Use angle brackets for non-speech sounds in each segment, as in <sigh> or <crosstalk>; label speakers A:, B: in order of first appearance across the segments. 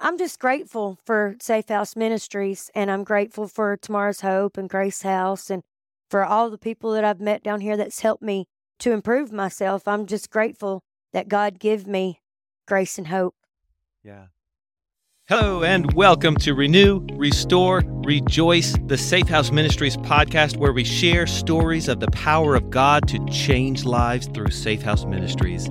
A: I'm just grateful for Safe House Ministries and I'm grateful for Tomorrow's Hope and Grace House and for all the people that I've met down here that's helped me to improve myself. I'm just grateful that God give me grace and hope.
B: Yeah. Hello and welcome to Renew, Restore, Rejoice, the Safe House Ministries podcast, where we share stories of the power of God to change lives through Safe House Ministries.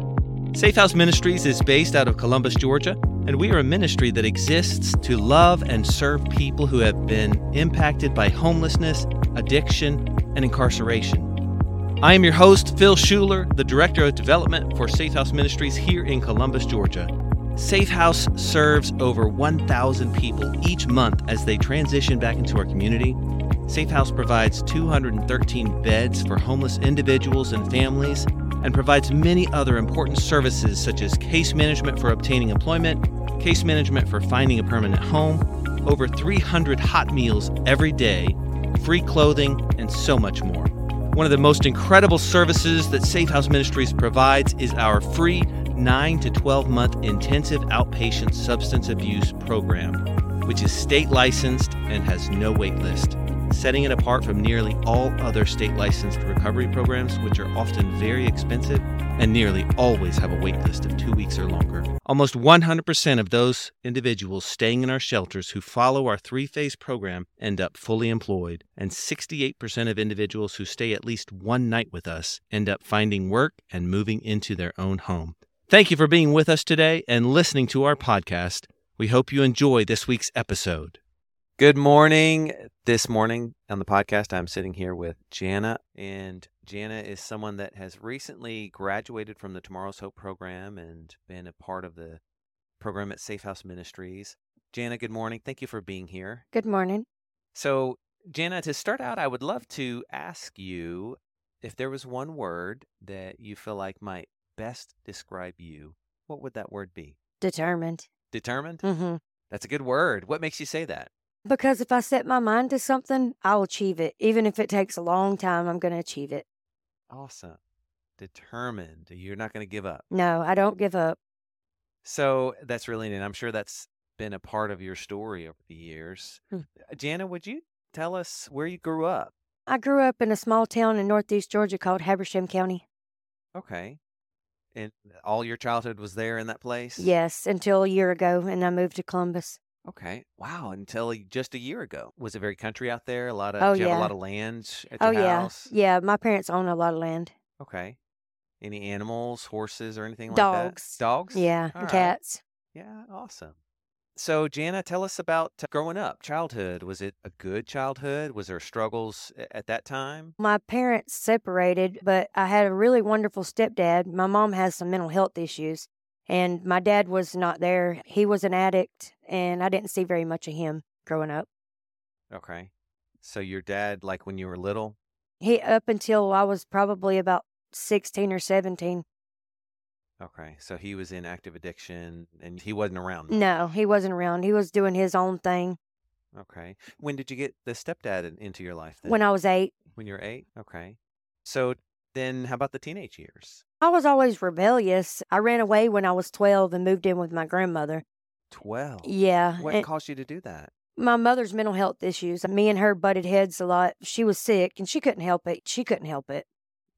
B: Safe House Ministries is based out of Columbus, Georgia, and we are a ministry that exists to love and serve people who have been impacted by homelessness, addiction, and incarceration. I am your host, Phil Schuler, the Director of Development for Safe House Ministries here in Columbus, Georgia. Safe House serves over 1,000 people each month as they transition back into our community. Safe House provides 213 beds for homeless individuals and families and provides many other important services such as case management for obtaining employment, case management for finding a permanent home, over 300 hot meals every day, free clothing, and so much more. One of the most incredible services that Safe House Ministries provides is our free 9 to 12 month intensive outpatient substance abuse program, which is state licensed and has no wait list, setting it apart from nearly all other state licensed recovery programs, which are often very expensive and nearly always have a wait list of two weeks or longer. Almost 100% of those individuals staying in our shelters who follow our three phase program end up fully employed, and 68% of individuals who stay at least one night with us end up finding work and moving into their own home. Thank you for being with us today and listening to our podcast. We hope you enjoy this week's episode. Good morning. This morning on the podcast, I'm sitting here with Jana, and Jana is someone that has recently graduated from the Tomorrow's Hope program and been a part of the program at Safe House Ministries. Jana, good morning. Thank you for being here.
A: Good morning.
B: So, Jana, to start out, I would love to ask you if there was one word that you feel like might best describe you, what would that word be?
A: Determined.
B: Determined?
A: Mm-hmm.
B: That's a good word. What makes you say that?
A: Because if I set my mind to something, I'll achieve it. Even if it takes a long time, I'm going to achieve it.
B: Awesome. Determined. You're not going to give up.
A: No, I don't give up.
B: So that's really neat. I'm sure that's been a part of your story over the years. Uh,
A: Hmm.
B: Jana, would you tell us where you grew up?
A: I grew up in a small town in northeast Georgia called Habersham County.
B: Okay. And all your childhood was there in that place?
A: Yes, until a year ago, and I moved to Columbus.
B: Okay. Wow. Until just a year ago. Was it very country out there? A lot of,
A: Oh,
B: did you have
A: yeah.
B: a lot of land at
A: Oh,
B: your
A: yeah.
B: house?
A: Yeah, my parents own a lot of land.
B: Okay. Any animals, horses, or anything like that?
A: Dogs.
B: Dogs.
A: Yeah,
B: All
A: and
B: right.
A: cats.
B: Yeah. Awesome. So, Jana, tell us about uh, growing up, childhood. Was it a good childhood? Was there struggles a- at that time?
A: My parents separated, but I had a really wonderful stepdad. My mom has some mental health issues, and my dad was not there. He was an addict, and I didn't see very much of him growing up.
B: Okay. So, your dad, like when you were little?
A: He up until I was probably about 16 or 17.
B: Okay. So, he was in active addiction and he wasn't around.
A: No, he wasn't around. He was doing his own thing
B: Okay. When did you get the stepdad in, into your life then?
A: when I was 8.
B: when you were eight? Okay. So, then how about the teenage years?
A: I was always rebellious. I ran away when I was 12 and moved in with my grandmother.
B: 12.
A: Yeah.
B: Oh, What
A: and-
B: caused you to do that?
A: my mother's mental health issues. uh, Me and her butted heads a lot. She was sick and she couldn't help it. She couldn't help it.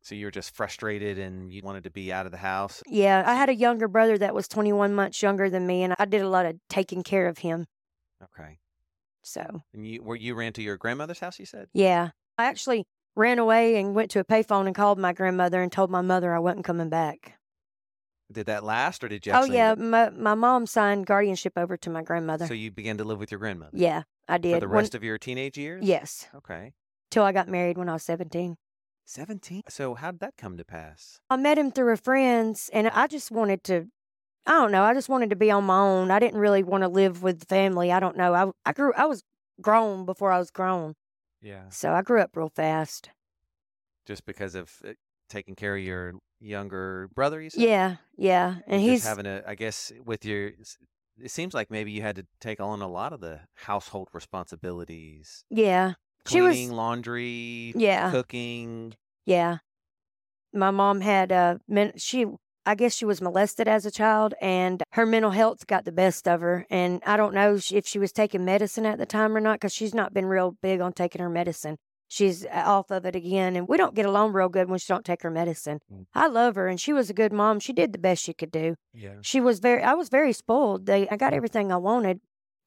B: So you were just frustrated and you wanted to be out of the house.
A: Yeah, I had a younger brother that was 21 months younger than me, and I did a lot of taking care of him.
B: Okay.
A: So,
B: And you were you ran to your grandmother's house, you said?
A: yeah, I actually ran away and went to a payphone and called my grandmother and told my mother I wasn't coming back.
B: Did that last or did you
A: Oh,
B: actually
A: yeah, my, my mom signed guardianship over to my grandmother.
B: So you began to live with your grandmother?
A: yeah, I did.
B: For the
A: When-
B: rest of your teenage years?
A: yes,
B: Okay.
A: till I got married when I was 17.
B: 17. So how did that come to pass?
A: I met him through a friend's, and I just wanted to. I don't know. I just wanted to be on my own. I didn't really want to live with the family. I don't know. I I grew. I was grown before I was grown,
B: Uh-huh. Yeah.
A: so I grew up real fast.
B: Just because of uh, taking care of your younger brother, you said?
A: Yeah, yeah. And
B: just
A: he's
B: having a I guess with your s- it seems like maybe you had to take on a lot of the household responsibilities.
A: yeah. She was-
B: Cleaning, laundry,
A: Yeah.
B: cooking.
A: Yeah. My mom had uh men she I guess she was molested as a child and her mental health got the best of her. And I don't know if she was taking medicine at the time or not because she's not been real big on taking her medicine. She's uh, off of it again. And we don't get along real good when she don't take her medicine.
B: Mm.
A: I love her and she was a good mom. She did the best she could do.
B: Yeah.
A: She was very, I was very spoiled. They, I got everything I wanted.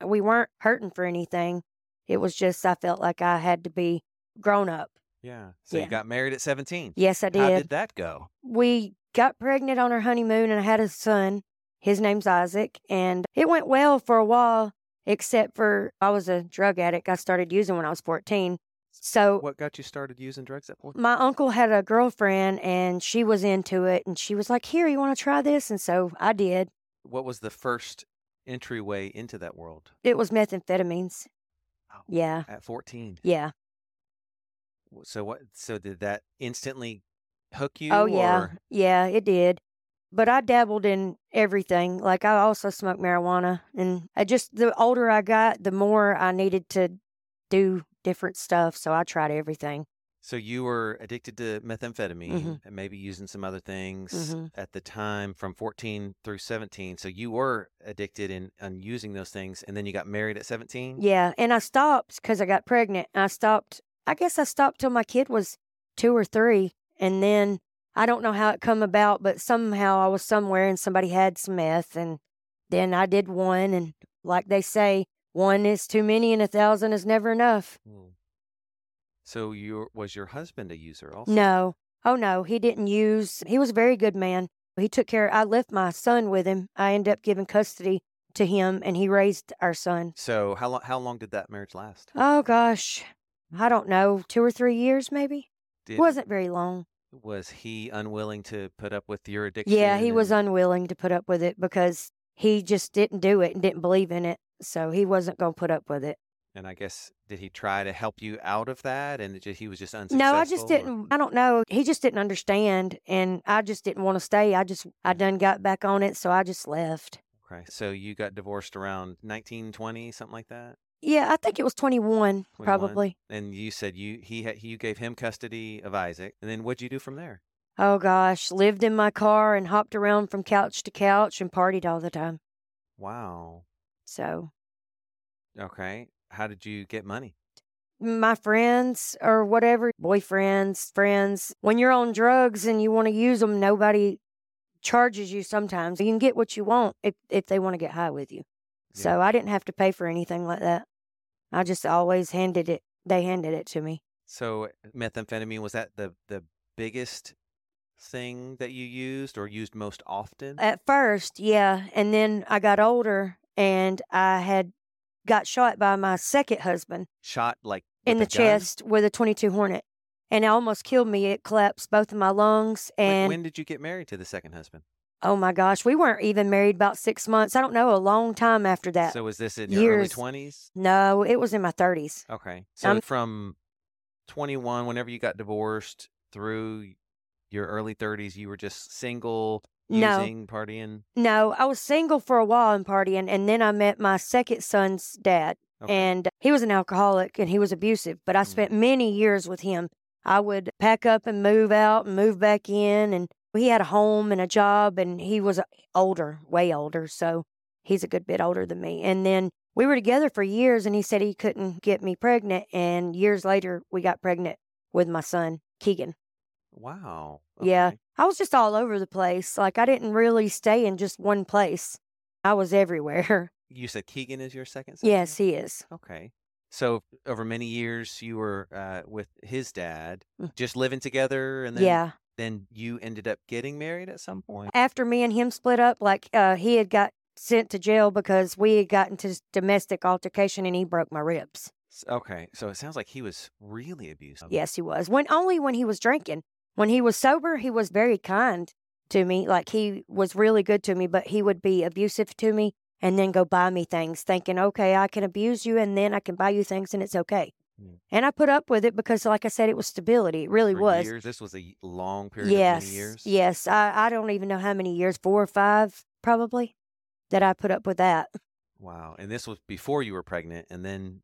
A: We weren't hurting for anything. It was just, I felt like I had to be grown up.
B: Yeah. So you
A: Yeah.
B: got married at 17.
A: Yes, I
B: How did that go?
A: we got pregnant on our honeymoon and I had a son. His name's Isaac. And it went well for a while, except for I was a drug addict. I started using when I was 14. So
B: What got you started using drugs at point?
A: my uncle had a girlfriend and she was into it. And she was like, Here, you want to try this? And so I did.
B: What was the first entryway into that world
A: It was methamphetamines.
B: Wow.
A: Yeah.
B: at 14?
A: Yeah.
B: W- So what? So did that instantly hook you?
A: oh, yeah.
B: or-
A: Yeah, it did. But I dabbled in everything. Like I also smoked marijuana. And I just, the older I got, the more I needed to do different stuff. So I tried everything.
B: So you were addicted to methamphetamine
A: Mm-hmm.
B: and maybe using some other things
A: Mhm.
B: at the time from 14 through 17. So you were addicted in and using those things, and then you got married at 17.
A: Yeah. And I stopped because I got pregnant. I stopped, I guess I stopped till my kid was two or three. And then I don't know how it come about, but somehow I was somewhere and somebody had some meth. And then I did one. And like they say, one is too many and a thousand is never enough.
B: Mm. So your was your husband a user also?
A: No. Oh no, he didn't use. He was a very good man. He took care. I left my son with him. I ended up giving custody to him, and he raised our son.
B: So how long how long did that marriage last?
A: Oh gosh, I don't know, two or three years maybe.
B: Did,
A: It wasn't very long.
B: was he unwilling to put up with your addiction?
A: Yeah, he was
B: and-
A: unwilling to put up with it because he just didn't do it and didn't believe in it, so he wasn't going to put up with it.
B: and I guess did he try to help you out of that? And it ju- he was just unsuccessful.
A: No, I just
B: or-
A: didn't. I don't know. He just didn't understand, and I just didn't want to stay. I just I done got back on it, so I just left.
B: Okay, so you got divorced around 1920, something like that.
A: Yeah, I think it was 21,
B: 21?
A: probably.
B: And you said you he had, you gave him custody of Isaac, and then what'd you do from there?
A: Oh gosh, lived in my car and hopped around from couch to couch and partied all the time.
B: Wow.
A: So,
B: Okay. How did you get money?
A: my friends or whatever, boyfriends, friends, when you're on drugs and you want to use them, nobody charges you sometimes. You can get what you want if, if they want to get high with you.
B: Yeah.
A: So, I didn't have to pay for anything like that. I just always handed it, they handed it to me.
B: So eh, methamphetamine was that the the biggest thing that you used or used most often?
A: At first, yeah. And then I got older and I had got shot by my second husband
B: Shot like
A: in the
B: with a gun?
A: chest with a 22 Hornet. And it almost killed me. It collapsed both of my lungs.
B: When-
A: And
B: when did you get married to the second husband?
A: oh my gosh, we weren't even married about six months. I don't know, a long time after that.
B: So was this in your early
A: years.
B: twenties?
A: no, it was in my 30s.
B: Okay. So
A: Um,
B: from 21, whenever you got divorced, through your early 30s, you were just single,
A: No.
B: using, partying.
A: No, I was single for a while and partying. And then I met my second son's dad.
B: Okay.
A: And he was an alcoholic and he was abusive, but I
B: Mm.
A: spent many years with him. I would pack up and move out and move back in. And he had a home and a job, and he was older, way older. So he's a good bit older than me. And then we were together for years, and he said he couldn't get me pregnant. And years later, we got pregnant with my son, Keegan.
B: Wow.
A: Yeah.
B: okay.
A: I was just all over the place. Like, I didn't really stay in just one place, I was everywhere. <laughs>
B: You said Keegan is your second son?
A: yes, he is.
B: Okay. So over many years, you were uh, with his dad,
A: Mm.
B: just living together, and then
A: yeah.
B: then you ended up getting married at some point.
A: after me and him split up, like uh, he had got sent to jail because we had gotten to s- domestic altercation and he broke my ribs.
B: S- Okay, so it sounds like he was really abusive.
A: Yes, he was. When only when he was drinking. When he was sober, he was very kind to me. Like he was really good to me, but he would be abusive to me and then go buy me things, thinking, okay, I can abuse you and then I can buy you things and it's okay.
B: Mm.
A: And I put up with it because, like I said, it was stability. It really
B: For
A: was.
B: years. This was a y- long period
A: Yes.
B: of many years.
A: Yes. I, I don't even know how many years, four or five probably, that I put up with that.
B: Wow. And this was before you were pregnant, and then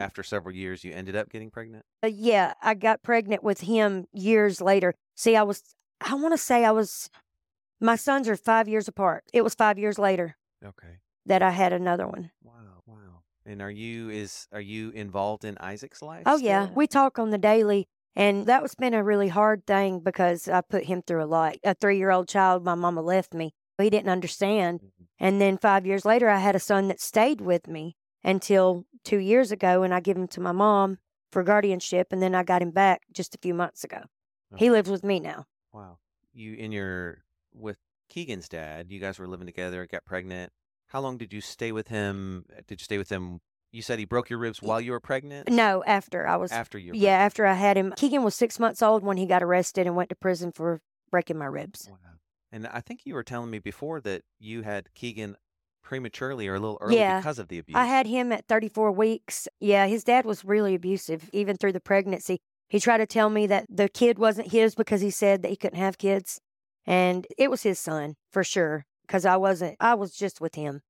B: after several years, you ended up getting pregnant.
A: Uh, yeah, I got pregnant with him years later. See, I was, I want to say I was My sons are five years apart. It was five years later
B: Okay.
A: that I had another one.
B: Wow. Wow. And are you is are you involved in Isaac's life?
A: Oh, yeah.
B: still?
A: We talk on the daily. And that was been a really hard thing because I put him through a lot. A three year old child, my mama left me. He didn't understand.
B: Mhm.
A: And then five years later, I had a son that stayed with me until two years ago. And I give him to my mom for guardianship. And then I got him back just a few months ago. He lives with me now.
B: Wow. You in your with Keegan's dad, you guys were living together, got pregnant. How long did you stay with him? uh, Did you stay with him? You said he broke your ribs while you were pregnant?
A: No, after I was
B: After you were
A: Yeah, after I had him, Keegan was six months old when he got arrested and went to prison for breaking my ribs.
B: pregnant? Wow. And I think you were telling me before that you had Keegan prematurely or a little early
A: Yeah.
B: because of the abuse.
A: I had him at 34 weeks. Yeah, his dad was really abusive, even through the pregnancy. He tried to tell me that the kid wasn't his because he said that he couldn't have kids. And it was his son for sure because I wasn't, I was just with him.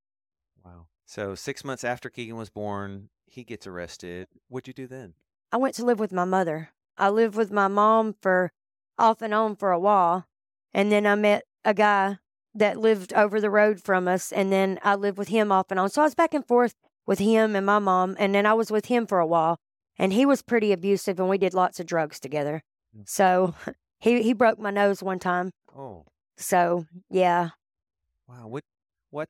B: Wow. So six months after Keegan was born, he gets arrested. What'd you do then?
A: I went to live with my mother. I lived with my mom for off and on for a while. And then I met a guy that lived over the road from us. And then I lived with him off and on. So I was back and forth with him and my mom. And then I was with him for a while. And he was pretty abusive and we did lots of drugs together.
B: Mm.
A: So <laughs> he, he broke my nose one time.
B: Oh,
A: So yeah,
B: wow. What what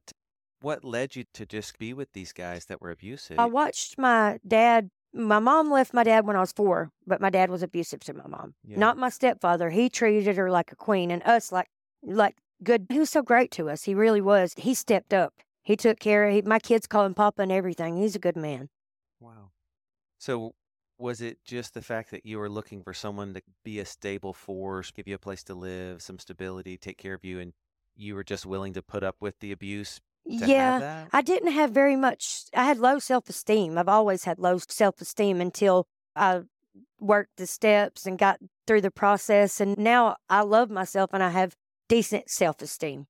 B: what led you to just be with these guys that were abusive?
A: I watched my dad. My mom left my dad when I was four, but my dad was abusive to my mom.
B: Yeah.
A: Not my stepfather. He treated her like a queen and us like like good. He was so great to us. He really was. He stepped up. He took care of he, my kids. Call him Papa and everything. He's a good man.
B: Wow. So was it just the fact that you were looking for someone to be a stable force, give you a place to live, some stability, take care of you, and you were just willing to put up with the abuse to have
A: yeah.
B: that?
A: I didn't have very much. I had low self esteem. I've always had low self esteem until I worked the steps and got through the process. And now I love myself and I have decent self esteem.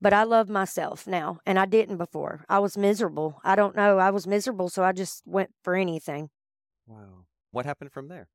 A: But I love myself now, and I didn't before. I was miserable. I don't know. I was miserable, so I just went for anything.
B: Wow. What happened from there?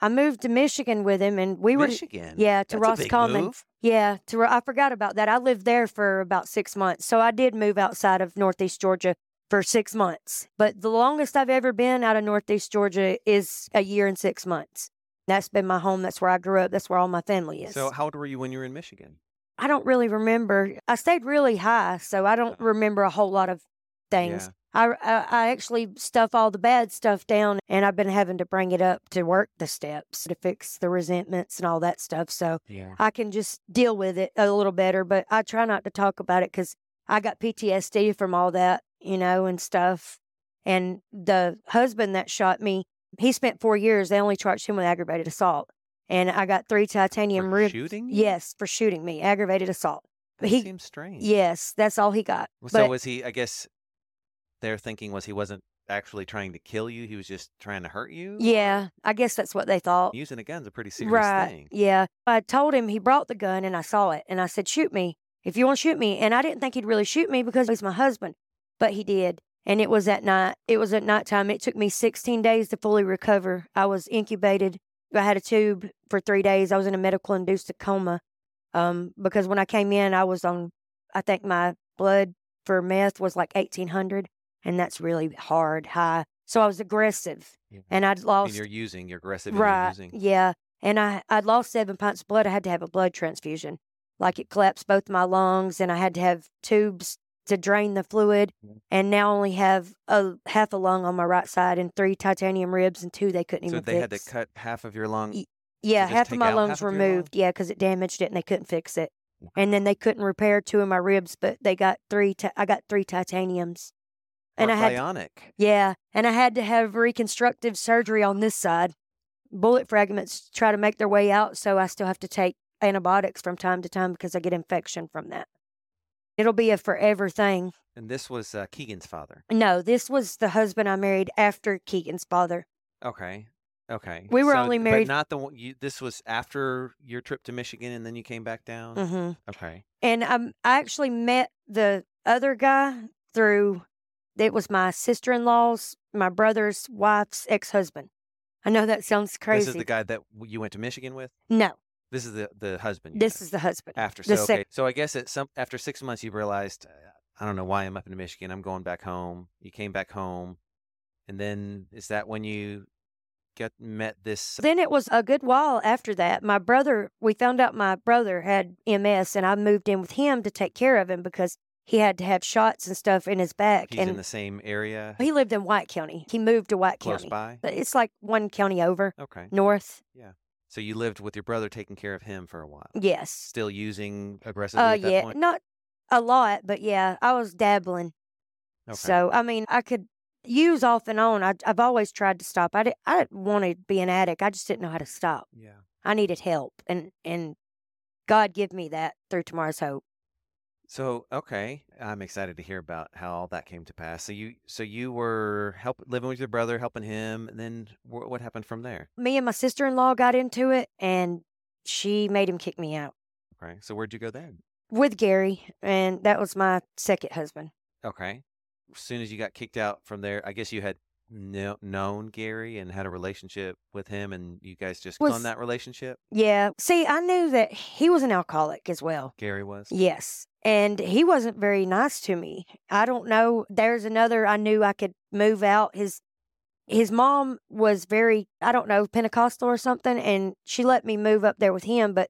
A: I moved to Michigan with him, and we were
B: Michigan.
A: yeah to
B: That's a
A: Ross
B: big
A: Common.
B: move.
A: Yeah, to, Ro- I forgot about that. I lived there for about six months. So I did move outside of Northeast Georgia for six months. But the longest I've ever been out of Northeast Georgia is a year and six months. That's been my home. That's where I grew up. That's where all my family is.
B: So how old were you when you were in Michigan?
A: I don't really remember. I stayed really high, so I don't
B: Uh-huh. remember
A: remember a whole lot of things.
B: Yeah.
A: I, I I actually stuff all the bad stuff down, and I've been having to bring it up to work the steps to fix the resentments and all that stuff. So
B: Yeah.
A: I can just deal with it a little better, but I try not to talk about it because I got PTSD from all that, you know, and stuff. And the husband that shot me, he spent four years. They only charged him with aggravated assault. And I got three titanium
B: For
A: ribs.
B: shooting you?
A: Yes, for shooting me, aggravated assault.
B: That
A: he-
B: seems strange.
A: Yes, that's all he got.
B: Well, So
A: but-
B: was he? I guess their thinking was he wasn't actually trying to kill you; he was just trying to hurt you.
A: Yeah, I guess that's what they thought.
B: Using a gun's a pretty serious
A: right.
B: thing.
A: Yeah. I told him he brought the gun and I saw it and I said, shoot me if you want to shoot me. And I didn't think he'd really shoot me because he's my husband, but he did. And it was at night. It was at nighttime. It took me 16 days to fully recover. I was incubated. I had a tube for three days. I was in a medical induced coma um, because when I came in, I was on, I think my blood for meth was like 1800. And that's really hard, high. So I was aggressive
B: Yeah.
A: and I'd lost
B: And you're using, you're aggressive,
A: right
B: and you're using.
A: yeah and i i'd lost seven pints of blood i had to have a blood transfusion like it collapsed both my lungs and i had to have tubes to drain the fluid
B: Mm.
A: and now only have a half a lung on my right side and three titanium ribs and two they couldn't
B: So
A: even fix
B: they had to cut half of your lung.
A: Y- yeah
B: just
A: half of
B: take
A: my
B: out
A: lungs
B: half of your lung?
A: removed yeah because it damaged it and they couldn't fix it
B: Wow.
A: and then they couldn't repair two of my ribs but they got three ti- i got three titaniums and
B: Or
A: i had
B: bionic.
A: yeah, and I had to have reconstructive surgery on this side. Bullet fragments try to make their way out, so I still have to take antibiotics from time to time because I get infection from that. It'll be a forever thing.
B: And this was uh, Keegan's father.
A: No, this was the husband I married after Keegan's father.
B: Okay. Okay.
A: We were
B: So-
A: only
B: but
A: married-
B: not the one. You, this was after your trip to Michigan, and then you came back down.
A: hmm
B: Okay.
A: And um, I actually met the other guy through it was my sister in law's, my brother's wife's ex husband. I know that sounds crazy.
B: This is the guy that w- you went to Michigan with.
A: No,
B: This is the the husband. you
A: This
B: met
A: is the husband.
B: after so
A: the
B: okay.
A: sec-
B: So I guess at some after six months you realized uh, I don't know why I'm up in Michigan. I'm going back home. You came back home, and then is that when you get met this?
A: Then it was a good while after that. My brother, we found out my brother had MS, and I moved in with him to take care of him because he had to have shots and stuff in his back.
B: He's
A: and
B: in the same area,
A: he lived in White County. He moved to White
B: close
A: County. Mm.
B: by.
A: But It's like one county over
B: Okay,
A: north.
B: so you lived with your brother, taking care of him for a while.
A: Yes.
B: Still using aggressively
A: Mm. Uh,
B: at that
A: yeah.
B: point.
A: Not a lot, but yeah, I was dabbling.
B: Okay.
A: So I mean, I could use off and on. I, I've always tried to stop. I did, I didn't want to be an addict. I just didn't know how to stop.
B: yeah.
A: I needed help, and and God give me that through tomorrow's hope.
B: So okay, I'm excited to hear about how all that came to pass. So you, so you were help living with your brother, helping him, and then wh- what happened from there?
A: Me and my sister in law got into it, and she made him kick me out
B: Okay, so where'd you go then?
A: with Gary, and that was my second husband.
B: Okay, as soon as you got kicked out from there, I guess you had kno- known Gary and had a relationship with him, and you guys just on
A: Was-
B: that relationship.
A: Yeah. See, I knew that he was an alcoholic as well.
B: Gary was
A: Yes. And he wasn't very nice to me. I don't know. There's another I knew I could move out. His his mom was very, I don't know, Pentecostal or something, and she let me move up there with him, but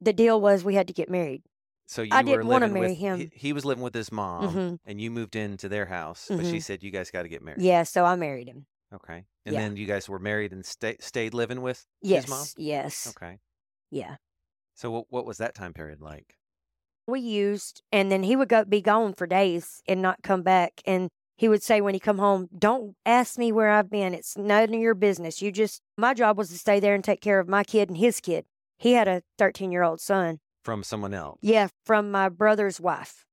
A: the deal was we had to get married.
B: so you were
A: didn't wanna
B: living
A: marry
B: with
A: him.
B: He, he was living with his mom,
A: Mhm.
B: and you moved into their house, but she said you guys got to get married.
A: Mm-hmm. Yeah, so I married him.
B: Okay, and
A: Yeah.
B: then you guys were married and sta- stayed living with.
A: Yes.
B: mom?
A: Yes.
B: Okay,
A: Yeah.
B: so what what was that time period like?
A: We used and then he would go be gone for days and not come back and he would say when he come home, Don't ask me where I've been. It's none of your business. You just my job was to stay there and take care of my kid and his kid. He had a thirteen year old son.
B: from someone else.
A: Yeah, from my brother's wife.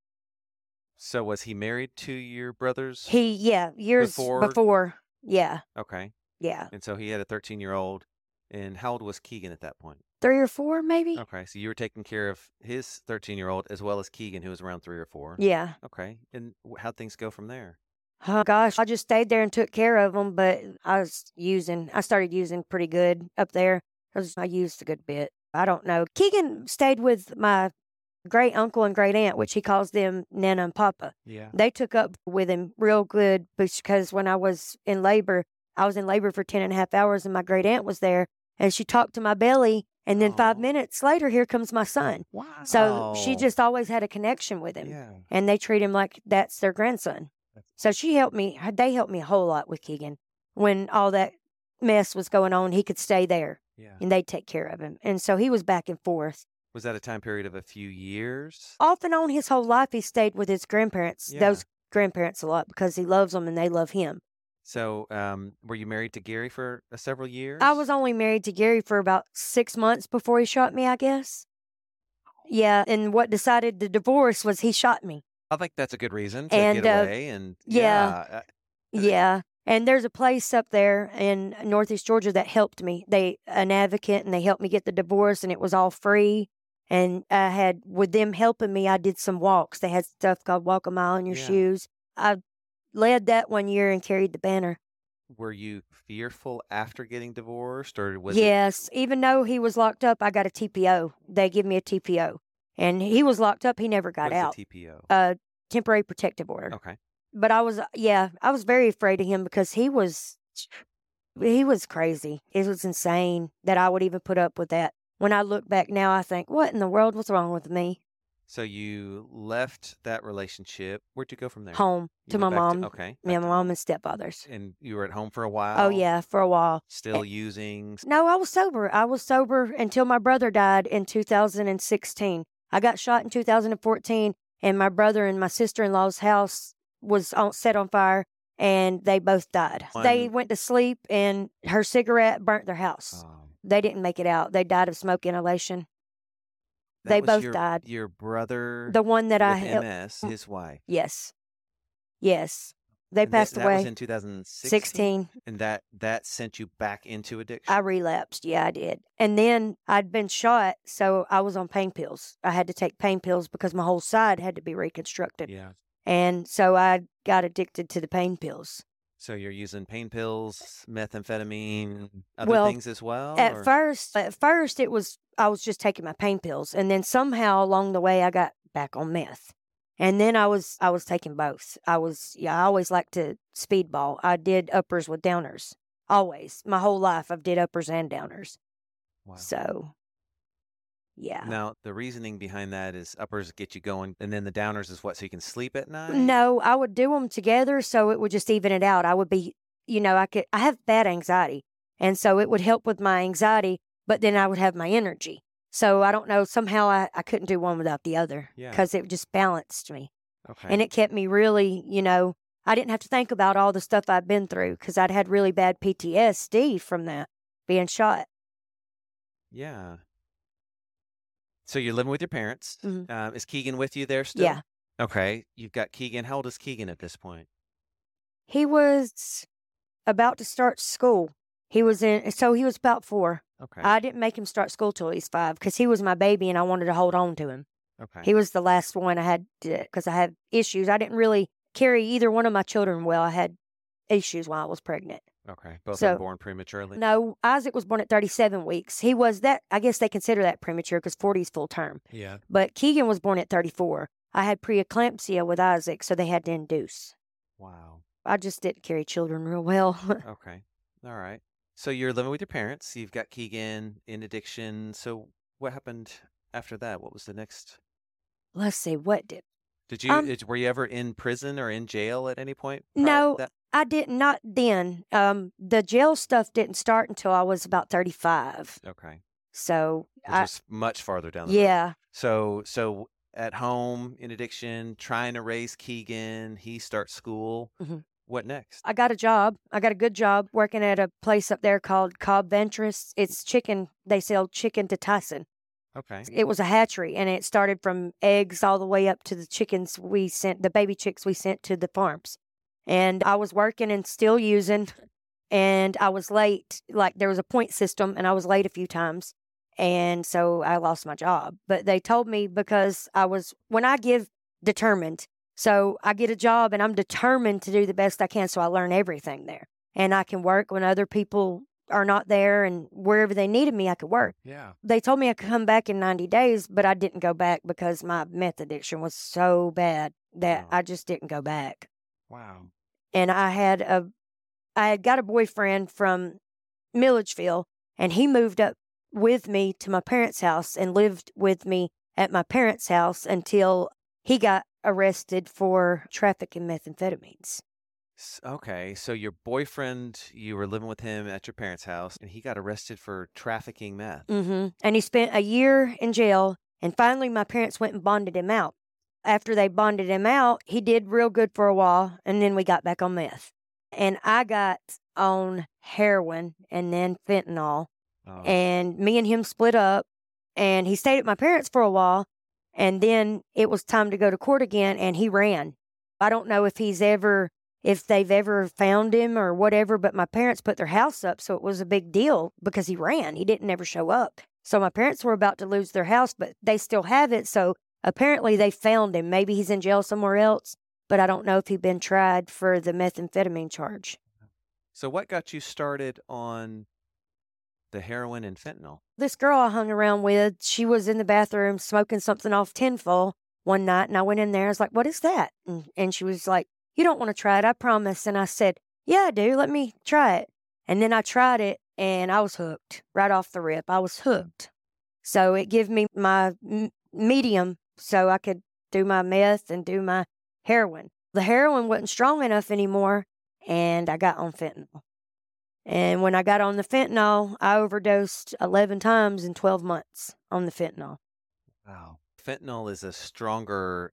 B: So was he married to your brother's?
A: He yeah, years
B: Before-
A: before. yeah.
B: okay.
A: Yeah.
B: And so he had a 13-year-old and how old was Keegan at that point?
A: 3 or 4 maybe?
B: Okay. So you were taking care of his 13-year-old as well as Keegan who was around 3 or 4.
A: Yeah.
B: Okay. And wh- how'd things go from there?
A: Oh gosh, I just stayed there and took care of him, but I was using I started using pretty good up there. I, was, I used a good bit. I don't know. Keegan stayed with my great uncle and great aunt, which he calls them Nana and Papa.
B: Yeah.
A: They took up with him real good because when I was in labor, I was in labor for 10 and a half hours and my great aunt was there and she talked to my belly. And then five
B: Aw. Oh.
A: minutes later, here comes my son.
B: Wow.
A: So she just always had a connection with him
B: Yeah.
A: and they treat him like that's their grandson. So she helped me. They helped me a whole lot with Keegan when all that mess was going on. He could stay there
B: Yeah.
A: and they'd take care of him. And so he was back and forth.
B: Was that a time period of a few years?
A: Off and on his whole life, he stayed with his grandparents,
B: Yeah.
A: those grandparents a lot because he loves them and they love him.
B: So um were you married to Gary for uh, several years?
A: I was only married to Gary for about six months before he shot me, I guess. Yeah. And what decided the divorce was he shot me.
B: I think that's a good reason to
A: And,
B: get
A: uh,
B: away and
A: yeah.
B: yeah, uh, Okay.
A: Yeah. And there's a place up there in Northeast Georgia that helped me. They an advocate and they helped me get the divorce and it was all free. And I had with them helping me, I did some walks. They had stuff called walk a mile in your
B: Yeah.
A: shoes. I led that one year and carried the banner.
B: were you fearful after getting divorced or was it
A: yes. Even though he was locked up, I got a TPO. They give me a TPO. And he was locked up, he never got
B: what is
A: out.
B: a TPO?
A: uh temporary protective order.
B: okay.
A: but I was uh, yeah, I was very afraid of him because he was he was crazy. It was insane that I would even put up with that. When I look back now, I think, what in the world was wrong with me?
B: So you left that relationship. Where'd you go from there?
A: Home
B: You
A: to my
B: went back
A: mom,
B: okay.
A: yeah,
B: back
A: my
B: to-
A: mom and stepfathers.
B: And you were at home for a while.
A: Oh yeah, for a while.
B: Still using.
A: No, I was sober. I was sober until my brother died in 2016. I got shot in 2014, and my brother and my sister in law's house was on, set on fire, and they both died. They
B: One-
A: went to sleep, and her cigarette burnt their house.
B: um,
A: they didn't make it out. They died of smoke inhalation.
B: that
A: They
B: was
A: both
B: your-
A: died.
B: Your brother.
A: The one that I
B: with
A: helped.
B: MS, his wife.
A: Yes. Yes. They
B: And that-
A: passed
B: that
A: away.
B: was in 2016.
A: 16.
B: And that that sent you back into addiction.
A: I relapsed. Yeah, I did. And then I'd been shot. So I was on pain pills. I had to take pain pills because my whole side had to be reconstructed.
B: yeah.
A: And so I got addicted to the pain pills.
B: So you're using pain pills, methamphetamine, other
A: Well,
B: things as well?
A: At
B: or-
A: first, at first it was I was just taking my pain pills, and then somehow along the way I got back on meth, and then I was I was taking both. I was yeah I always like to speedball. I did uppers with downers always my whole life. I've did uppers and downers.
B: Wow.
A: So yeah,
B: Now, the reasoning behind that is uppers get you going, and then the downers is what? So you can sleep at night?
A: No, I would do them together so it would just even it out. I would be, you know, I could, I have bad anxiety. And so it would help with my anxiety, but then I would have my energy. So I don't know, somehow I, I couldn't do one without the other
B: Yeah.
A: because it just balanced me.
B: Okay.
A: And it kept me really, you know, I didn't have to think about all the stuff I'd been through because I'd had really bad PTSD from that being shot.
B: yeah. So you're living with your parents.
A: Mhm.
B: Um, is Keegan with you there still?
A: Yeah.
B: Okay. You've got Keegan. How old is Keegan at this point?
A: He was about to start school. He was in, so he was about four.
B: Okay.
A: I didn't make him start school till he's five because he was my baby and I wanted to hold on to him.
B: okay.
A: He was the last one I had because I had issues. I didn't really carry either one of my children well. I had issues while I was pregnant.
B: okay. Both
A: so-
B: were born prematurely.
A: No, Isaac was born at 37 weeks. He was that, I guess they consider that premature because 40 is full term.
B: Yeah.
A: But Keegan was born at 34. I had preeclampsia with Isaac, so they had to induce.
B: Wow.
A: I just didn't carry children real well. <laughs>
B: Okay. All right. So you're living with your parents. You've got Keegan in addiction. So what happened after that? What was the next?
A: Let's see, what did
B: Did you
A: Um,
B: did- were you ever in prison or in jail at any point? prior to
A: No,
B: that?
A: I did not then. Um, the jail stuff didn't start until I was about 35.
B: Okay.
A: So,
B: Which
A: I,
B: was much farther down the road.
A: Uh, yeah,
B: So so at home in addiction, trying to raise Keegan, he starts school.
A: Mhm.
B: What next?
A: I got a job. I got a good job working at a place up there called Cobb Ventress. It's chicken. They sell chicken to Tyson.
B: Okay.
A: It was a hatchery, and it started from eggs all the way up to the chickens we sent, the baby chicks we sent to the farms. And I was working and still using, and I was late. Like there was a point system, and I was late a few times. And so I lost my job. But they told me because I was, when I give determined, so I get a job and I'm determined to do the best I can. So I learn everything there. And I can work when other people are not there and wherever they needed me, I could work
B: Yeah.
A: they told me I could come back in 90 days, but I didn't go back because my meth addiction was so bad that
B: Wow.
A: I just didn't go back.
B: Wow.
A: And I had a, I had got a boyfriend from Milledgeville, and he moved up with me to my parents' house and lived with me at my parents' house until he got arrested for trafficking methamphetamines.
B: S- Okay, so your boyfriend, you were living with him at your parents' house, and he got arrested for trafficking meth.
A: hmm And he spent a year in jail. And finally, my parents went and bonded him out. After they bonded him out, he did real good for a while. And then we got back on meth. And I got on heroin and then fentanyl.
B: Oh,
A: And me and him split up. And he stayed at my parents for a while. And then it was time to go to court again. And he ran. I don't know if he's ever, if they've ever found him or whatever, but my parents put their house up. So it was a big deal because he ran. He didn't ever show up. So my parents were about to lose their house, but they still have it. So apparently they found him. Maybe he's in jail somewhere else, but I don't know if he'd been tried for the methamphetamine charge.
B: so what got you started on the heroin and fentanyl?
A: this girl I hung around with, she was in the bathroom smoking something off tinfoil one night, and I went in there. I was like, "What is that?" And, and she was like, "You don't want to try it, I promise." And I said, "Yeah, I do. Let me try it." And then I tried it, and I was hooked right off the rip. I was hooked. So it gave me my m- medium, so I could do my meth and do my heroin. The heroin wasn't strong enough anymore, and I got on fentanyl. And when I got on the fentanyl, I overdosed 11 times in 12 months on the fentanyl.
B: Wow. Fentanyl is a stronger.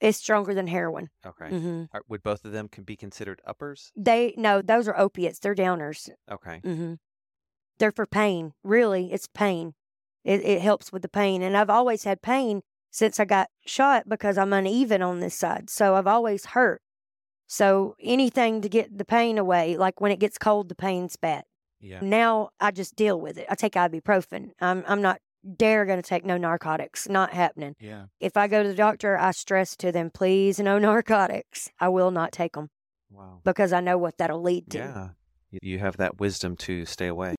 A: It's stronger than heroin.
B: Okay.
A: hmm
B: Are- Would both of them can be considered uppers?
A: They no, those are opiates. They're downers.
B: Okay.
A: hmm They're for pain. Really, it's pain. It, it helps with the pain. And I've always had pain since I got shot because I'm uneven on this side. So I've always hurt. So anything to get the pain away, like when it gets cold, the pain's bad.
B: Yeah.
A: Now I just deal with it. I take ibuprofen. I'm I'm not dare going to take no narcotics. Not happening.
B: Yeah.
A: <laughs> If I go to the doctor, I stress to them, please no narcotics. I will not take them.
C: Wow.
A: because I know what that'll lead to.
B: Yeah. You- You have that wisdom to stay away.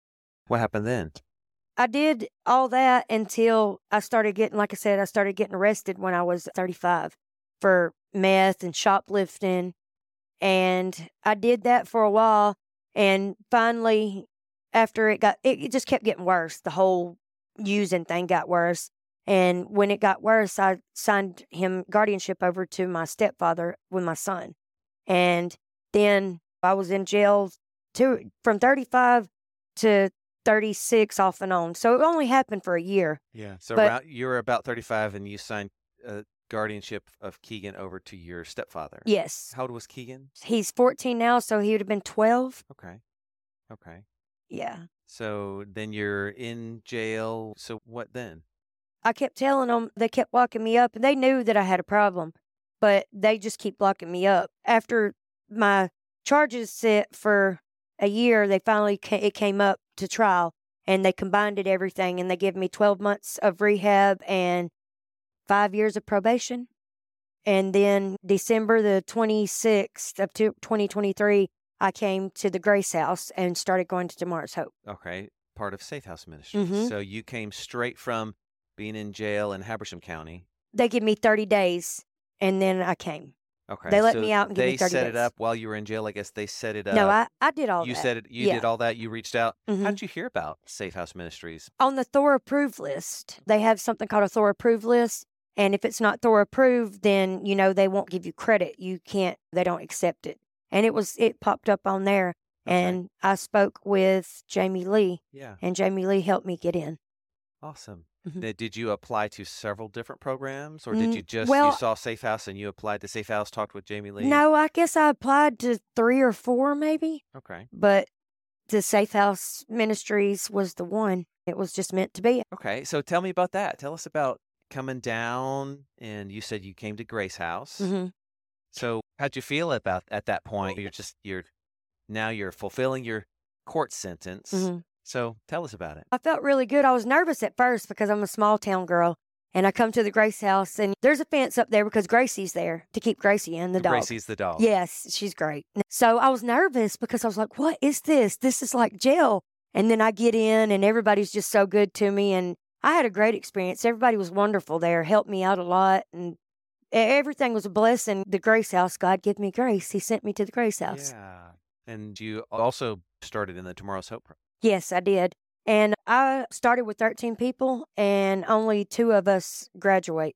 B: What happened then?
A: I did all that until I started getting, like I said, I started getting arrested when I was 35 for meth and shoplifting. And I did that for a while. And finally, after it got, it, it just kept getting worse. The whole using thing got worse. And when it got worse, I signed him guardianship over to my stepfather with my son. And then I was in jail two, from 35 to 36 off and on. So it only happened for a year.
C: Yeah.
B: So
A: But-
B: around, you were about 35 and you signed uh, guardianship of Keegan over to your stepfather.
A: Yes.
B: How old was Keegan?
A: He's 14 now, so he would have been 12.
B: Okay. Okay.
A: Yeah.
B: So then you're in jail. So what then?
A: I kept telling them, they kept locking me up, and they knew that I had a problem, but they just keep locking me up. After my charges sit for a year, they finally ca- it came up to trial, and they combined it everything, and they give me 12 months of rehab and five years of probation. And then December the 26th of two- 2023, I came to the Grace House and started going to DeMar's Hope.
B: Okay. Part of Safe House Ministry.
A: Mhm.
B: So you came straight from being in jail in Habersham County.
A: They give me 30 days, and then I came.
B: Okay.
A: They let
B: so
A: me out and give
B: they
A: me 30
B: set it
A: days.
B: up while you were in jail. I guess they set it up.
A: no, I, I did all
B: you
A: that.
B: said it. You
A: yeah.
B: did all that. You reached out.
A: Mhm.
B: How did you hear about Safe House Ministries?
A: on the Thor approved list, they have something called a Thor approved list. And if it's not Thor approved, then, you know, they won't give you credit. You can't, they don't accept it. And it was, it popped up on there.
B: Okay.
A: And I spoke with Jamie Lee,
B: yeah,
A: and Jamie Lee helped me get in.
B: awesome.
A: Mhm.
B: Now, Did you apply to several different programs, or did
A: Mm,
B: you just
A: well-
B: you saw Safe House and you applied to Safe House? Talked with Jamie Lee.
A: No, I guess I applied to three or four, maybe,
B: Okay.
A: but the Safe House Ministries was the one. It was just meant to be.
B: Okay. So tell me about that. Tell us about coming down, and you said you came to Grace House.
A: Mhm.
B: So how'd you feel about at that
A: Oh.
B: point? You're just you're now you're fulfilling your court sentence.
A: Mhm.
B: So tell us about it.
A: I felt really good. I was nervous at first because I'm a small town girl. And I come to the Grace house, and there's a fence up there because Gracie's there to keep Gracie in the dog.
B: Gracie's the dog.
A: Yes, she's great. So I was nervous because I was like, what is this? This is like jail. And then I get in, and everybody's just so good to me. And I had a great experience. Everybody was wonderful there, helped me out a lot. And e- everything was a blessing. The Grace house, God give me grace. He sent me to the Grace house.
B: Yeah. And you also started in the Tomorrow's Hope. Pro-
A: Yes, I did. And I started with 13 people, and only two of us graduate.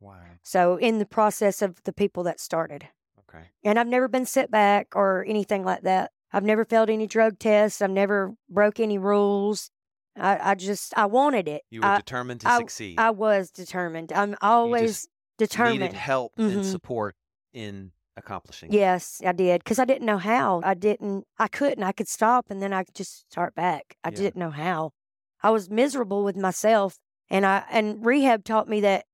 B: Wow.
A: So, in the process of the people that started.
B: Okay.
A: And I've never been set back or anything like that. I've never failed any drug tests. I've never broke any rules. I, I just, I wanted it.
B: You were
A: I,
B: determined to succeed.
A: I was determined. I'm always
B: Needed
A: determined.
B: help
A: Mhm.
B: and support in accomplishing. it.
A: Yes, I did. Because I didn't know how. I didn't, I couldn't. I could stop and then I could just start back. I
B: Yeah.
A: didn't know how. I was miserable with myself. And I, and rehab taught me that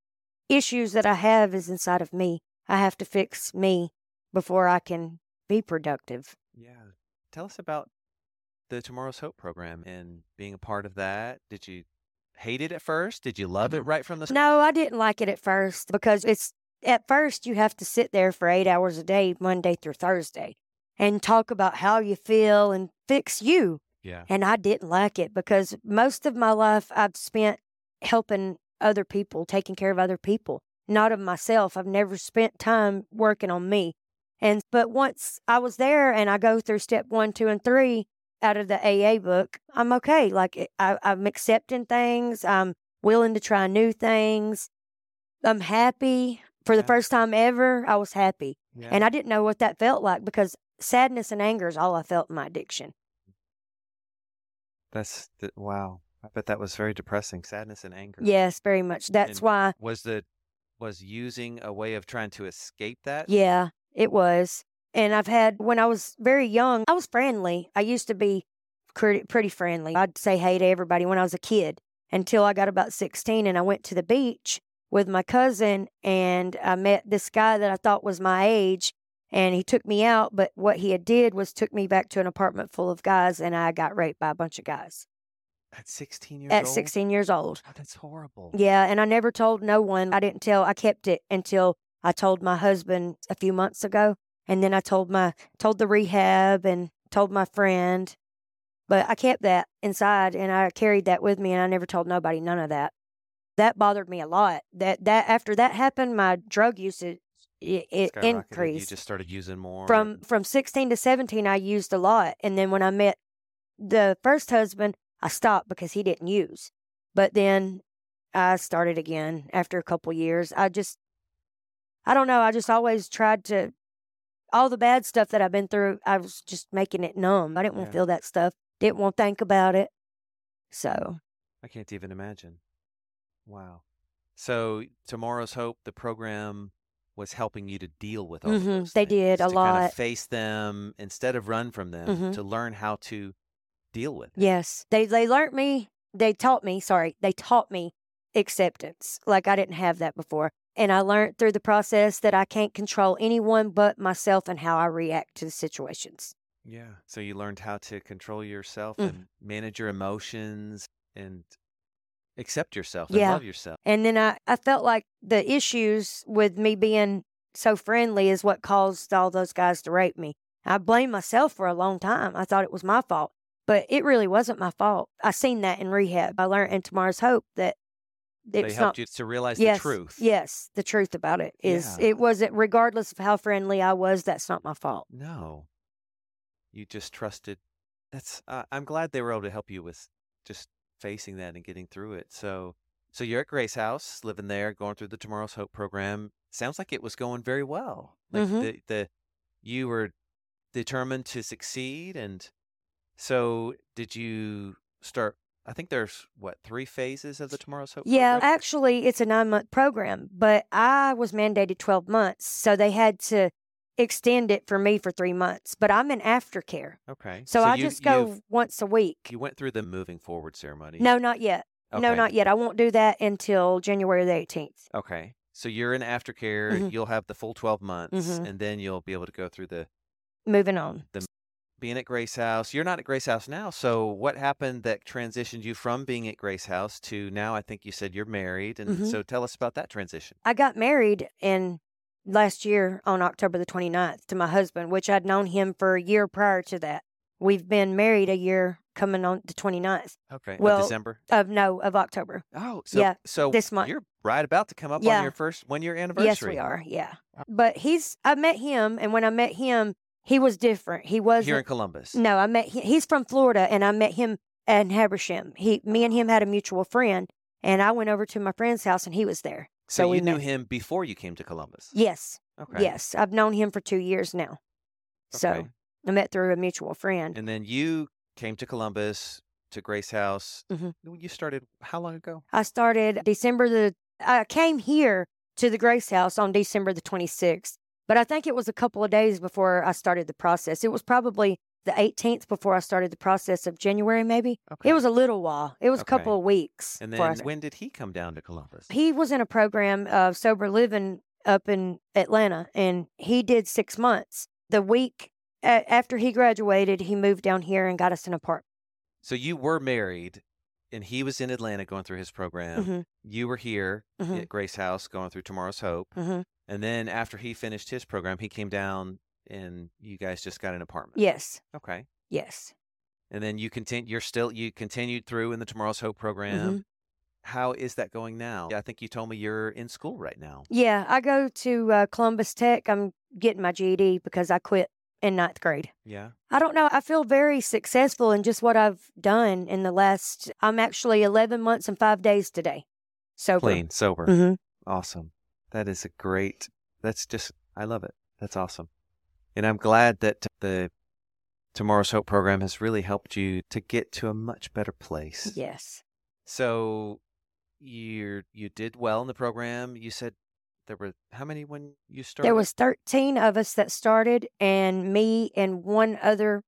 A: issues that I have is inside of me. I have to fix me before I can be productive.
B: Yeah. Tell us about the Tomorrow's Hope program and being a part of that. Did you hate it at first? Did you love it right from the start?
A: Mm-hmm. No, I didn't like it at first because it's, at first, you have to sit there for eight hours a day, Monday through Thursday, and talk about how you feel and fix you.
B: Yeah.
A: And I didn't like it because most of my life I've spent helping other people, taking care of other people, not of myself. I've never spent time working on me. And but once I was there and I go through step one, two, and three out of the AA book, I'm okay. Like it- I, I'm accepting things, I'm willing to try new things, I'm happy. For the
B: Yeah.
A: first time ever, I was happy.
B: Yeah.
A: And I didn't know what that felt like because sadness and anger is all I felt in my addiction.
B: That's the, wow. I bet that was very depressing. Sadness and anger.
A: Yes, very much. That's
B: And-
A: why,
B: Was the was using a way of trying to escape that?
A: yeah, it was. And I've had, when I was very young, I was friendly. I used to be cre- pretty friendly. I'd say hey to everybody when I was a kid until I got about 16 and I went to the beach with my cousin and I met this guy that I thought was my age and he took me out but what he had did was took me back to an apartment full of guys and I got raped by a bunch of guys
B: At 16 years
A: at
B: old?
A: 16 years old.
B: Oh, that's horrible.
A: Yeah, and I never told no one. I didn't tell. I kept it until I told my husband a few months ago, And then I told my told the rehab and told my friend. But I kept that inside and I carried that with me and I never told nobody none of that. That bothered me a lot. That that after that happened, my drug usage it, it
B: skyrocketed, You
A: increased
B: just started using more
A: from
B: and-
A: from 16 to 17 i used a lot and then when i met the first husband i stopped because he didn't use but then i started again after a couple years i just i don't know i just always tried to all the bad stuff that i've been through i was just making it numb i didn't want
B: Yeah.
A: to feel that stuff didn't want to think about it so
B: I can't even imagine. Wow. So tomorrow's hope, the program was helping you to deal with all of
A: Mhm,
B: those
A: they
B: things,
A: did a
B: to kind
A: lot.
B: of face them instead of run from them,
A: Mhm.
B: to learn how to deal with it.
A: Yes. They they learnt me, they taught me, sorry, they taught me acceptance. Like I didn't have that before. And I learned through the process that I can't control anyone but myself and how I react to the situations.
B: Yeah. So you learned how to control yourself
A: Mhm.
B: and manage your emotions and accept yourself and
A: Yeah.
B: love yourself.
A: And then I, I felt like the issues with me being so friendly is what caused all those guys to rape me. I blamed myself for a long time. I thought it was my fault, but it really wasn't my fault. I seen that in rehab. I learned in Tomorrow's Hope that
B: they
A: it's not
B: helped you to realize
A: yes,
B: the truth.
A: Yes, the truth about it is
B: Yeah.
A: it wasn't regardless of how friendly I was, that's not my fault.
B: No. You just trusted. That's uh, I'm glad they were able to help you with just facing that and getting through it. So so you're at Grace House, living there, going through the Tomorrow's Hope program. Sounds like it was going very well. Like
A: Mhm.
B: the the you were determined to succeed and so did you start I think there's what three phases of the Tomorrow's Hope
A: Yeah,
B: program?
A: actually it's a 9-month program, but I was mandated 12 months, so they had to extend it for me for 3 months, but I'm in aftercare.
B: Okay.
A: So, I
B: you-
A: just go
B: you've-
A: once a week.
B: you went through the moving forward ceremony.
A: No, not yet. No,
B: Okay.
A: not yet. I won't do that until January the 18th.
B: Okay. So you're in aftercare,
A: Mhm.
B: you'll have the full 12 months
A: Mhm.
B: and then you'll be able to go through the
A: Moving on.
B: being at Grace House. You're not at Grace House now. So what happened that transitioned you from being at Grace House to now I think you said you're married and
A: Mhm.
B: so tell us about that transition.
A: I got married in last year on October the 29th to my husband, which I'd known him for a year prior to that. We've been married a year coming on the 29th
B: Okay. of
A: Well,
B: December.
A: of no, of October.
B: Oh, so
A: yeah,
B: so
A: this month.
B: you're right about to come up on
A: Yeah.
B: your first 1 year anniversary.
A: Yes, we are. Yeah. But he's, I met him, and when I met him, he was different. He wasn't.
B: Here in Columbus.
A: No, I met him. He's from Florida, and I met him in Habersham. He, me and him had a mutual friend, and I went over to my friend's house, and he was there.
B: So,
A: so we
B: you knew
A: met.
B: him before you came to Columbus.
A: Yes,
B: Okay.
A: yes, I've known him for two years now. So
B: Okay.
A: I met through a mutual friend.
B: and then you came to Columbus to Grace House.
A: Mhm.
B: You started how long ago?
A: I started December the. I came here to the Grace House on December the 26th, but I think it was a couple of days before I started the process. It was probably the 18th before I started the process of January, maybe. It was a little while. It was a couple
B: Okay.
A: of weeks.
B: And
A: before I
B: then
A: started.
B: when did he come down to Columbus?
A: he was in a program of sober living up in Atlanta, and he did six months. The week a- after he graduated, he moved down here and got us an apartment.
B: so you were married and he was in Atlanta going through his program.
A: Mhm,
B: You were here
A: mhm,
B: at Grace House going through Tomorrow's Hope.
A: mhm.
B: And then after he finished his program, he came down and you guys just got an apartment.
A: Yes,
B: Okay.
A: yes.
B: And then you continue you're still you continued through in the Tomorrow's Hope program.
A: mhm.
B: How is that going now? I think you told me you're in school right now.
A: Yeah, I go to uh, Columbus Tech. I'm getting my GED because I quit in ninth grade.
B: Yeah.
A: I don't know. I feel very successful in just what I've done in the last. I'm actually 11 months and five days today. Sober.
B: Clean, sober. <laughs>
A: Mhm.
B: Awesome. That is a great. That's just. I love it. That's awesome. And I'm glad that the Tomorrow's Hope program has really helped you to get to a much better place.
A: Yes.
B: So you you did well in the program. You said there were how many when you started?
A: There was 13 of us that started, and me and one other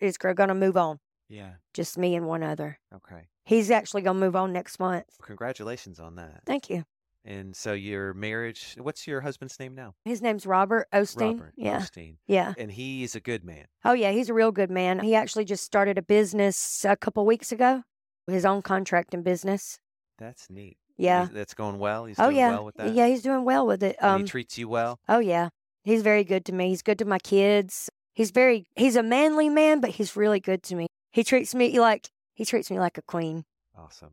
A: is going to move on.
B: Yeah.
A: Just me and one other.
B: Okay.
A: He's actually going to move on next month.
B: Congratulations on that.
A: Thank you.
B: And so your marriage. What's your husband's name now?
A: His name's Robert Osteen.
B: Robert
A: yeah.
B: Osteen.
A: Yeah.
B: And he's a good man.
A: Oh yeah, he's a real good man. He actually just started a business a couple weeks ago, his own contracting business.
B: That's neat.
A: Yeah.
B: He's- that's going well. He's
A: oh
B: doing
A: yeah.
B: well with that.
A: Yeah, he's doing well with it.
B: And
A: Um.
B: he treats you well.
A: oh yeah. He's very good to me. He's good to my kids. He's very he's a manly man, but he's really good to me. He treats me like he treats me like a queen.
B: Awesome.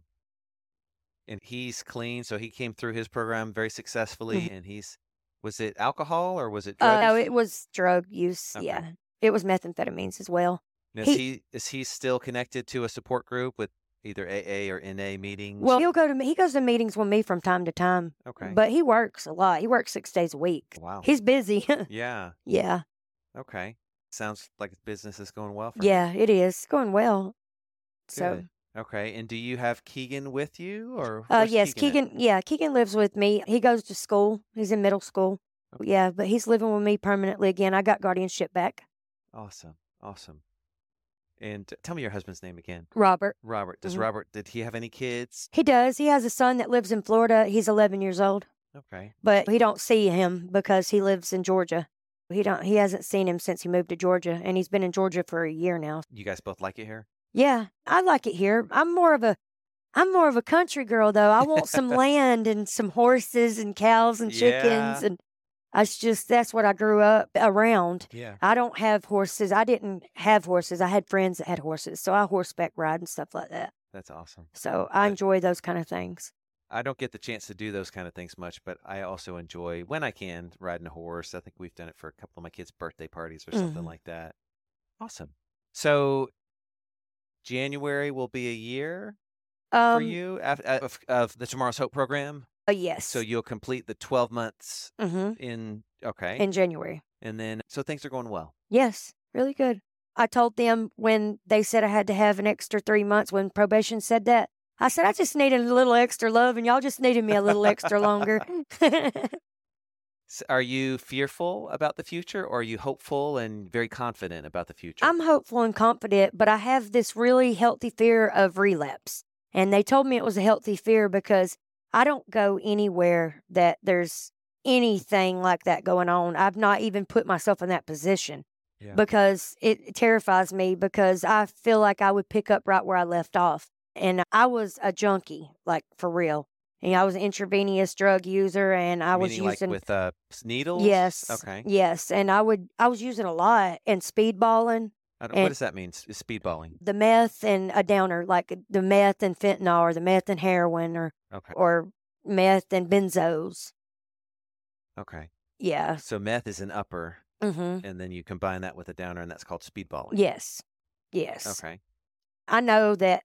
B: And he's clean, so he came through his program very successfully.
A: Mhm.
B: And he's was it alcohol or was it
A: Uh,
B: drugs?
A: no, it was drug use.
B: Okay.
A: Yeah. It was methamphetamines as well.
B: And is
A: he-
B: he, is he still connected to a support group with either AA or NA meetings?
A: Well, he'll go to he goes to meetings with me from time to time,
B: Mm. okay,
A: but he works a lot. He works 6 days a week.
B: wow,
A: He's busy. <laughs>
B: yeah,
A: yeah.
B: okay. Sounds like his business is going well. For him.
A: Yeah, it is. It's going well. So
B: Good. okay. And do you have Keegan with you or?
A: Uh,
B: where's
A: yes,
B: at?
A: Keegan. yeah, Keegan lives with me. He goes to school. He's in middle school.
B: Okay.
A: Yeah, but he's living with me permanently again. I got guardianship back.
B: Awesome, awesome. And tell me your husband's name again.
A: Robert.
B: Robert. Does
A: Mhm.
B: Robert? Did he have any kids?
A: He does. He has a son that lives in Florida. He's 11 years old,
B: Okay.
A: but he don't see him because he lives in Georgia. He don't. He hasn't seen him since he moved to Georgia, and he's been in Georgia for a year now.
B: You guys both like it here?
A: Yeah, I like it here. I'm more of a I'm more of a country girl though. I want
B: <laughs>
A: some land and some horses and cows and
B: Yeah.
A: chickens and that's just that's what I grew up around.
B: Yeah.
A: I don't have horses. I didn't have horses. I had friends that had horses, so I horseback ride and stuff like that.
B: That's awesome.
A: So I
B: Right.
A: enjoy those kind of things.
B: I don't get the chance to do those kind of things much, but I also enjoy when I can riding a horse. I think we've done it for a couple of my kids' birthday parties or something
A: Mhm.
B: like that. Awesome. So January will be a year
A: Um,
B: for you af- uh, of, of the Tomorrow's Hope program.
A: uh, yes.
B: So you'll complete the 12 months
A: hmm
B: in okay.
A: in January.
B: and then so things are going well.
A: Yes, really good. I told them when they said I had to have an extra three months when probation said that. I said, I just needed a little extra love, and y'all just needed me a little extra longer. <laughs>
B: S- Are you fearful about the future or are you hopeful and very confident about the future?
A: I'm hopeful and confident, but I have this really healthy fear of relapse. And they told me it was a healthy fear because I don't go anywhere that there's anything like that going on. I've not even put myself in that position
B: Yeah.
A: because it terrifies me because I feel like I would pick up right where I left off. And I was a junkie, like for real. And I was an intravenous drug user and I was
B: Meaning
A: using
B: like with uh, s- needles?
A: Yes.
B: Okay.
A: Yes. And I would I was using a lot and speedballing
B: I don't, what
A: and-
B: does that mean? S- Speedballing.
A: the meth and a downer, like the meth and fentanyl, or the meth and heroin, or
B: Okay.
A: or meth and benzos.
B: Okay.
A: Yeah.
B: So meth is an upper,
A: uh Mm-hmm.
B: and then you combine that with a downer, and that's called speedballing.
A: Yes. Yes.
B: Okay.
A: I know that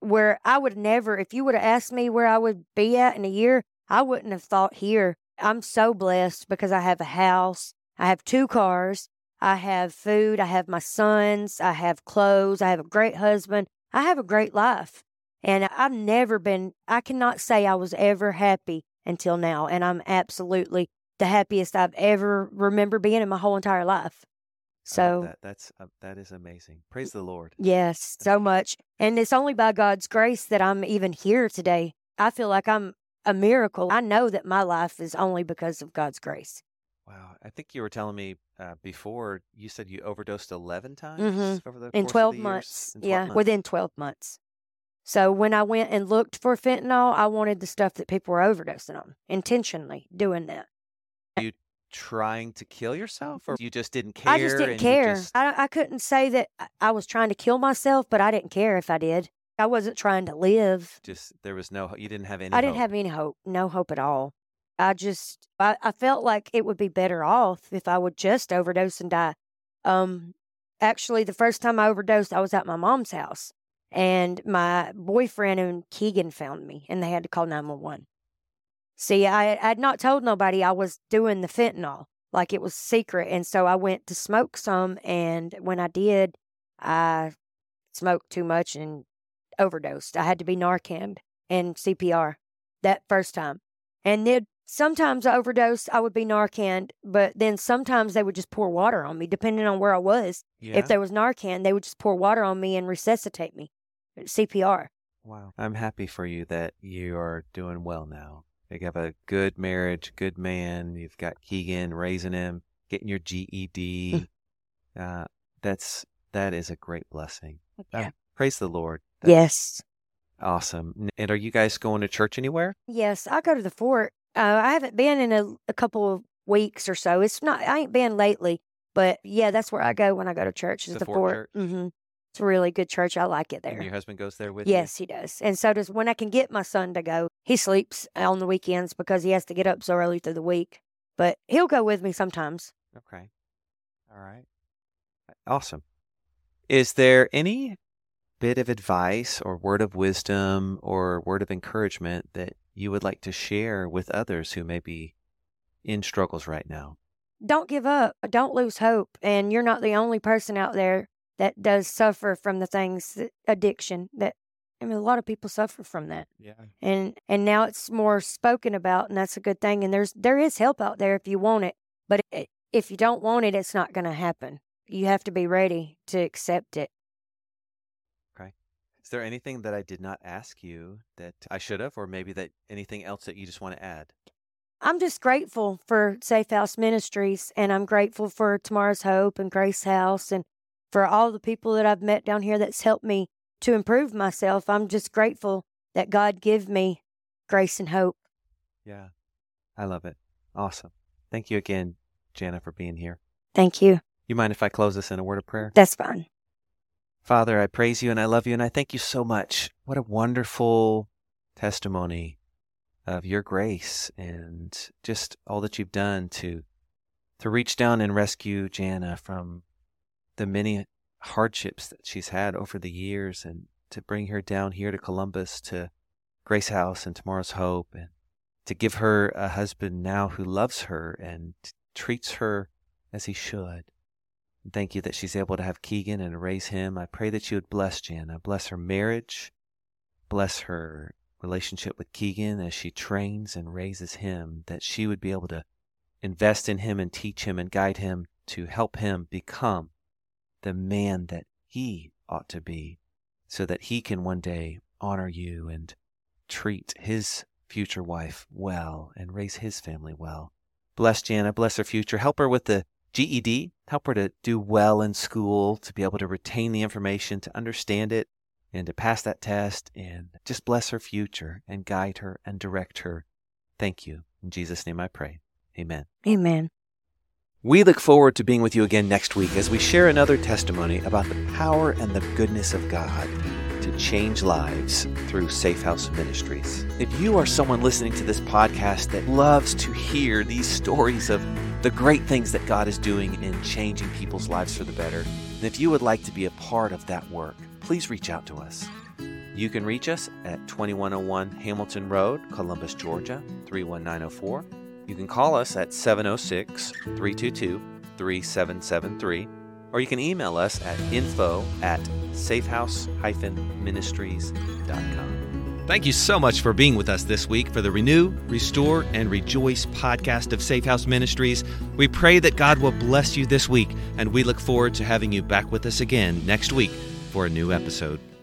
A: where I would never, if you would have asked me where I would be at in a year, I wouldn't have thought here. I'm so blessed because I have a house, I have two cars, I have food, I have my sons, I have clothes, I have a great husband, I have a great life. And I've never been, I cannot say I was ever happy until now. And I'm absolutely the happiest I've ever remember being in my whole entire life.
B: I love
A: So Mm
B: that, that's uh, that is amazing. Praise the Lord.
A: Yes, so much. And it's only by God's grace that I'm even here today. I feel like I'm a miracle. I know that my life is only because of God's grace.
B: Wow. I think you were telling me uh, before you said you overdosed eleven times over the course
A: Mm-hmm, In
B: of
A: 12
B: the years?
A: months.
B: In 12
A: yeah,
B: months.
A: within 12 months. So when I went and looked for fentanyl, I wanted the stuff that people were overdosing on, intentionally doing that.
B: trying to kill yourself, or you just didn't care.
A: Mm-hmm. I just
B: and
A: didn't
B: you
A: care.
B: just-
A: I, I couldn't say that I- I was trying to kill myself, but I didn't care if I did. I wasn't trying to live.
B: just there was no. You didn't have any.
A: I didn't
B: hope.
A: have any hope, no hope at all. I just, I, I felt like it would be better off if I would just overdose and die. Um, actually, the first time I overdosed, I was at my mom's house, and my boyfriend and Keegan found me, and they had to call nine one one. See, I I had not told nobody I was doing the fentanyl, like it was secret, and so I went to smoke some, and when I did, I smoked too much and overdosed. I had to be Narcan and CPR that first time. And then sometimes I overdosed, I would be Narcan, but then sometimes they would just pour water on me, depending on where I was.
B: Yeah.
A: If there was Narcan, they would just pour water on me and resuscitate me, CPR.
B: Wow. I'm happy for you that you are doing well now. You have a good marriage, good man. You've got Keegan raising him, getting
A: <laughs>
B: your GED. uh, that's that is a great blessing. Uh,
A: Yeah.
B: praise the Lord. That's
A: Yes.
B: Awesome. N- And are you guys going to church anywhere?
A: Yes, I go to the fort. Uh, I haven't been in a, a couple of weeks or so. It's not, I ain't been lately, but yeah, that's where I go when I go to church. Is
B: The
A: the,
B: Fort
A: fort? hmm It's a really good church. I like it
B: And your
A: there.
B: husband goes there with you?
A: Yes, he does, and so does when I can get my son to go. He sleeps on the weekends because he has to get up so early through the week, but he'll go with me sometimes.
B: Okay. All right. Awesome. Is there any bit of advice or word of wisdom or word of encouragement that you would like to share with others who may be in struggles right now?
A: don't give up. Don't lose hope. And you're not the only person out there that does suffer from the things that- addiction that I mean a lot of people suffer from that.
B: Yeah.
A: And and now it's more spoken about and that's a good thing and there's there is help out there if you want it. But i if you don't want it it's not going to happen. You have to be ready to accept it.
B: Is there anything that I did not ask you that I should have, or maybe that anything else that you just want to add?
A: I'm just grateful for Safe House Ministries and I'm grateful for Tomorrow's Hope and Grace House and for all the people that I've met down here that's helped me to improve myself. I'm just grateful that God give me grace and hope.
B: Yeah. I love it. Awesome. Thank you again, Jana, for being here.
A: Thank you.
B: You mind if I close this in a word of prayer?
A: That's fine.
B: Father, I praise you and I love you and I thank you so much. What a wonderful testimony of your grace and just all that you've done to to reach down and rescue Jana from the many hardships that she's had over the years and to bring her down here to Columbus to Grace House and Tomorrow's Hope and to give her a husband now who loves her and treats her as he should. And Thank you that she's able to have Keegan and raise him. I pray that you would bless Jana, bless her marriage, bless her relationship with Keegan as she trains and raises him, that she would be able to invest in him and teach him and guide him to help him become the man that he ought to be, so that he can one day honor you and treat his future wife well and raise his family well. Bless Jana, bless her future, help her with the GED, help her E to do well in school, to be able to retain the information, to understand it, and to pass that test, and just bless her future and guide her and direct her. Thank you. In Jesus' name I pray. Amen.
A: Amen.
B: We look forward to being with you again next week as we share another testimony about the power and the goodness of God to change lives through Safe House Ministries. If you are someone listening to this podcast that loves to hear these stories of the great things that God is doing in changing people's lives for the better, and if you would like to be a part of that work, please reach out to us. You can reach us at 2101 Hamilton Road, Columbus, Georgia, 31904. You can call us at 706 322 3773, or you can email us at info at safehouse ministries.com.
D: Thank you so much for being with us this week for the Renew, Restore, and Rejoice podcast of Safe House Ministries. We pray that God will bless you this week, and we look forward to having you back with us again next week for a new episode.